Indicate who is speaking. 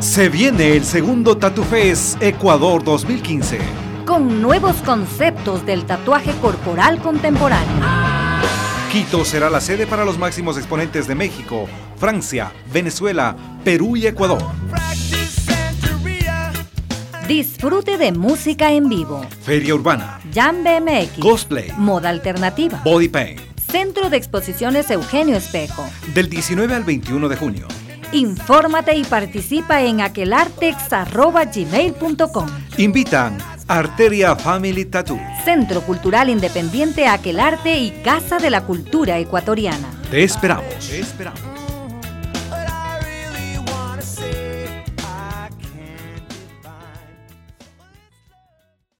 Speaker 1: Se viene el segundo Tatu Fest Ecuador 2015.
Speaker 2: con nuevos conceptos del tatuaje corporal contemporáneo.
Speaker 1: Quito será la sede para los máximos exponentes de México, Francia, Venezuela, Perú y Ecuador.
Speaker 2: Disfrute de música en vivo,
Speaker 1: Feria Urbana,
Speaker 2: Jam BMX,
Speaker 1: Cosplay,
Speaker 2: Moda Alternativa,
Speaker 1: Body Paint.
Speaker 2: Centro de Exposiciones Eugenio Espejo.
Speaker 1: Del 19 al 21 de junio.
Speaker 2: Infórmate y participa en aquelartex.gmail.com
Speaker 1: Invitan Arteria Family Tattoo,
Speaker 2: Centro Cultural Independiente Aquelarte y Casa de la Cultura Ecuatoriana.
Speaker 1: Te esperamos. Te esperamos.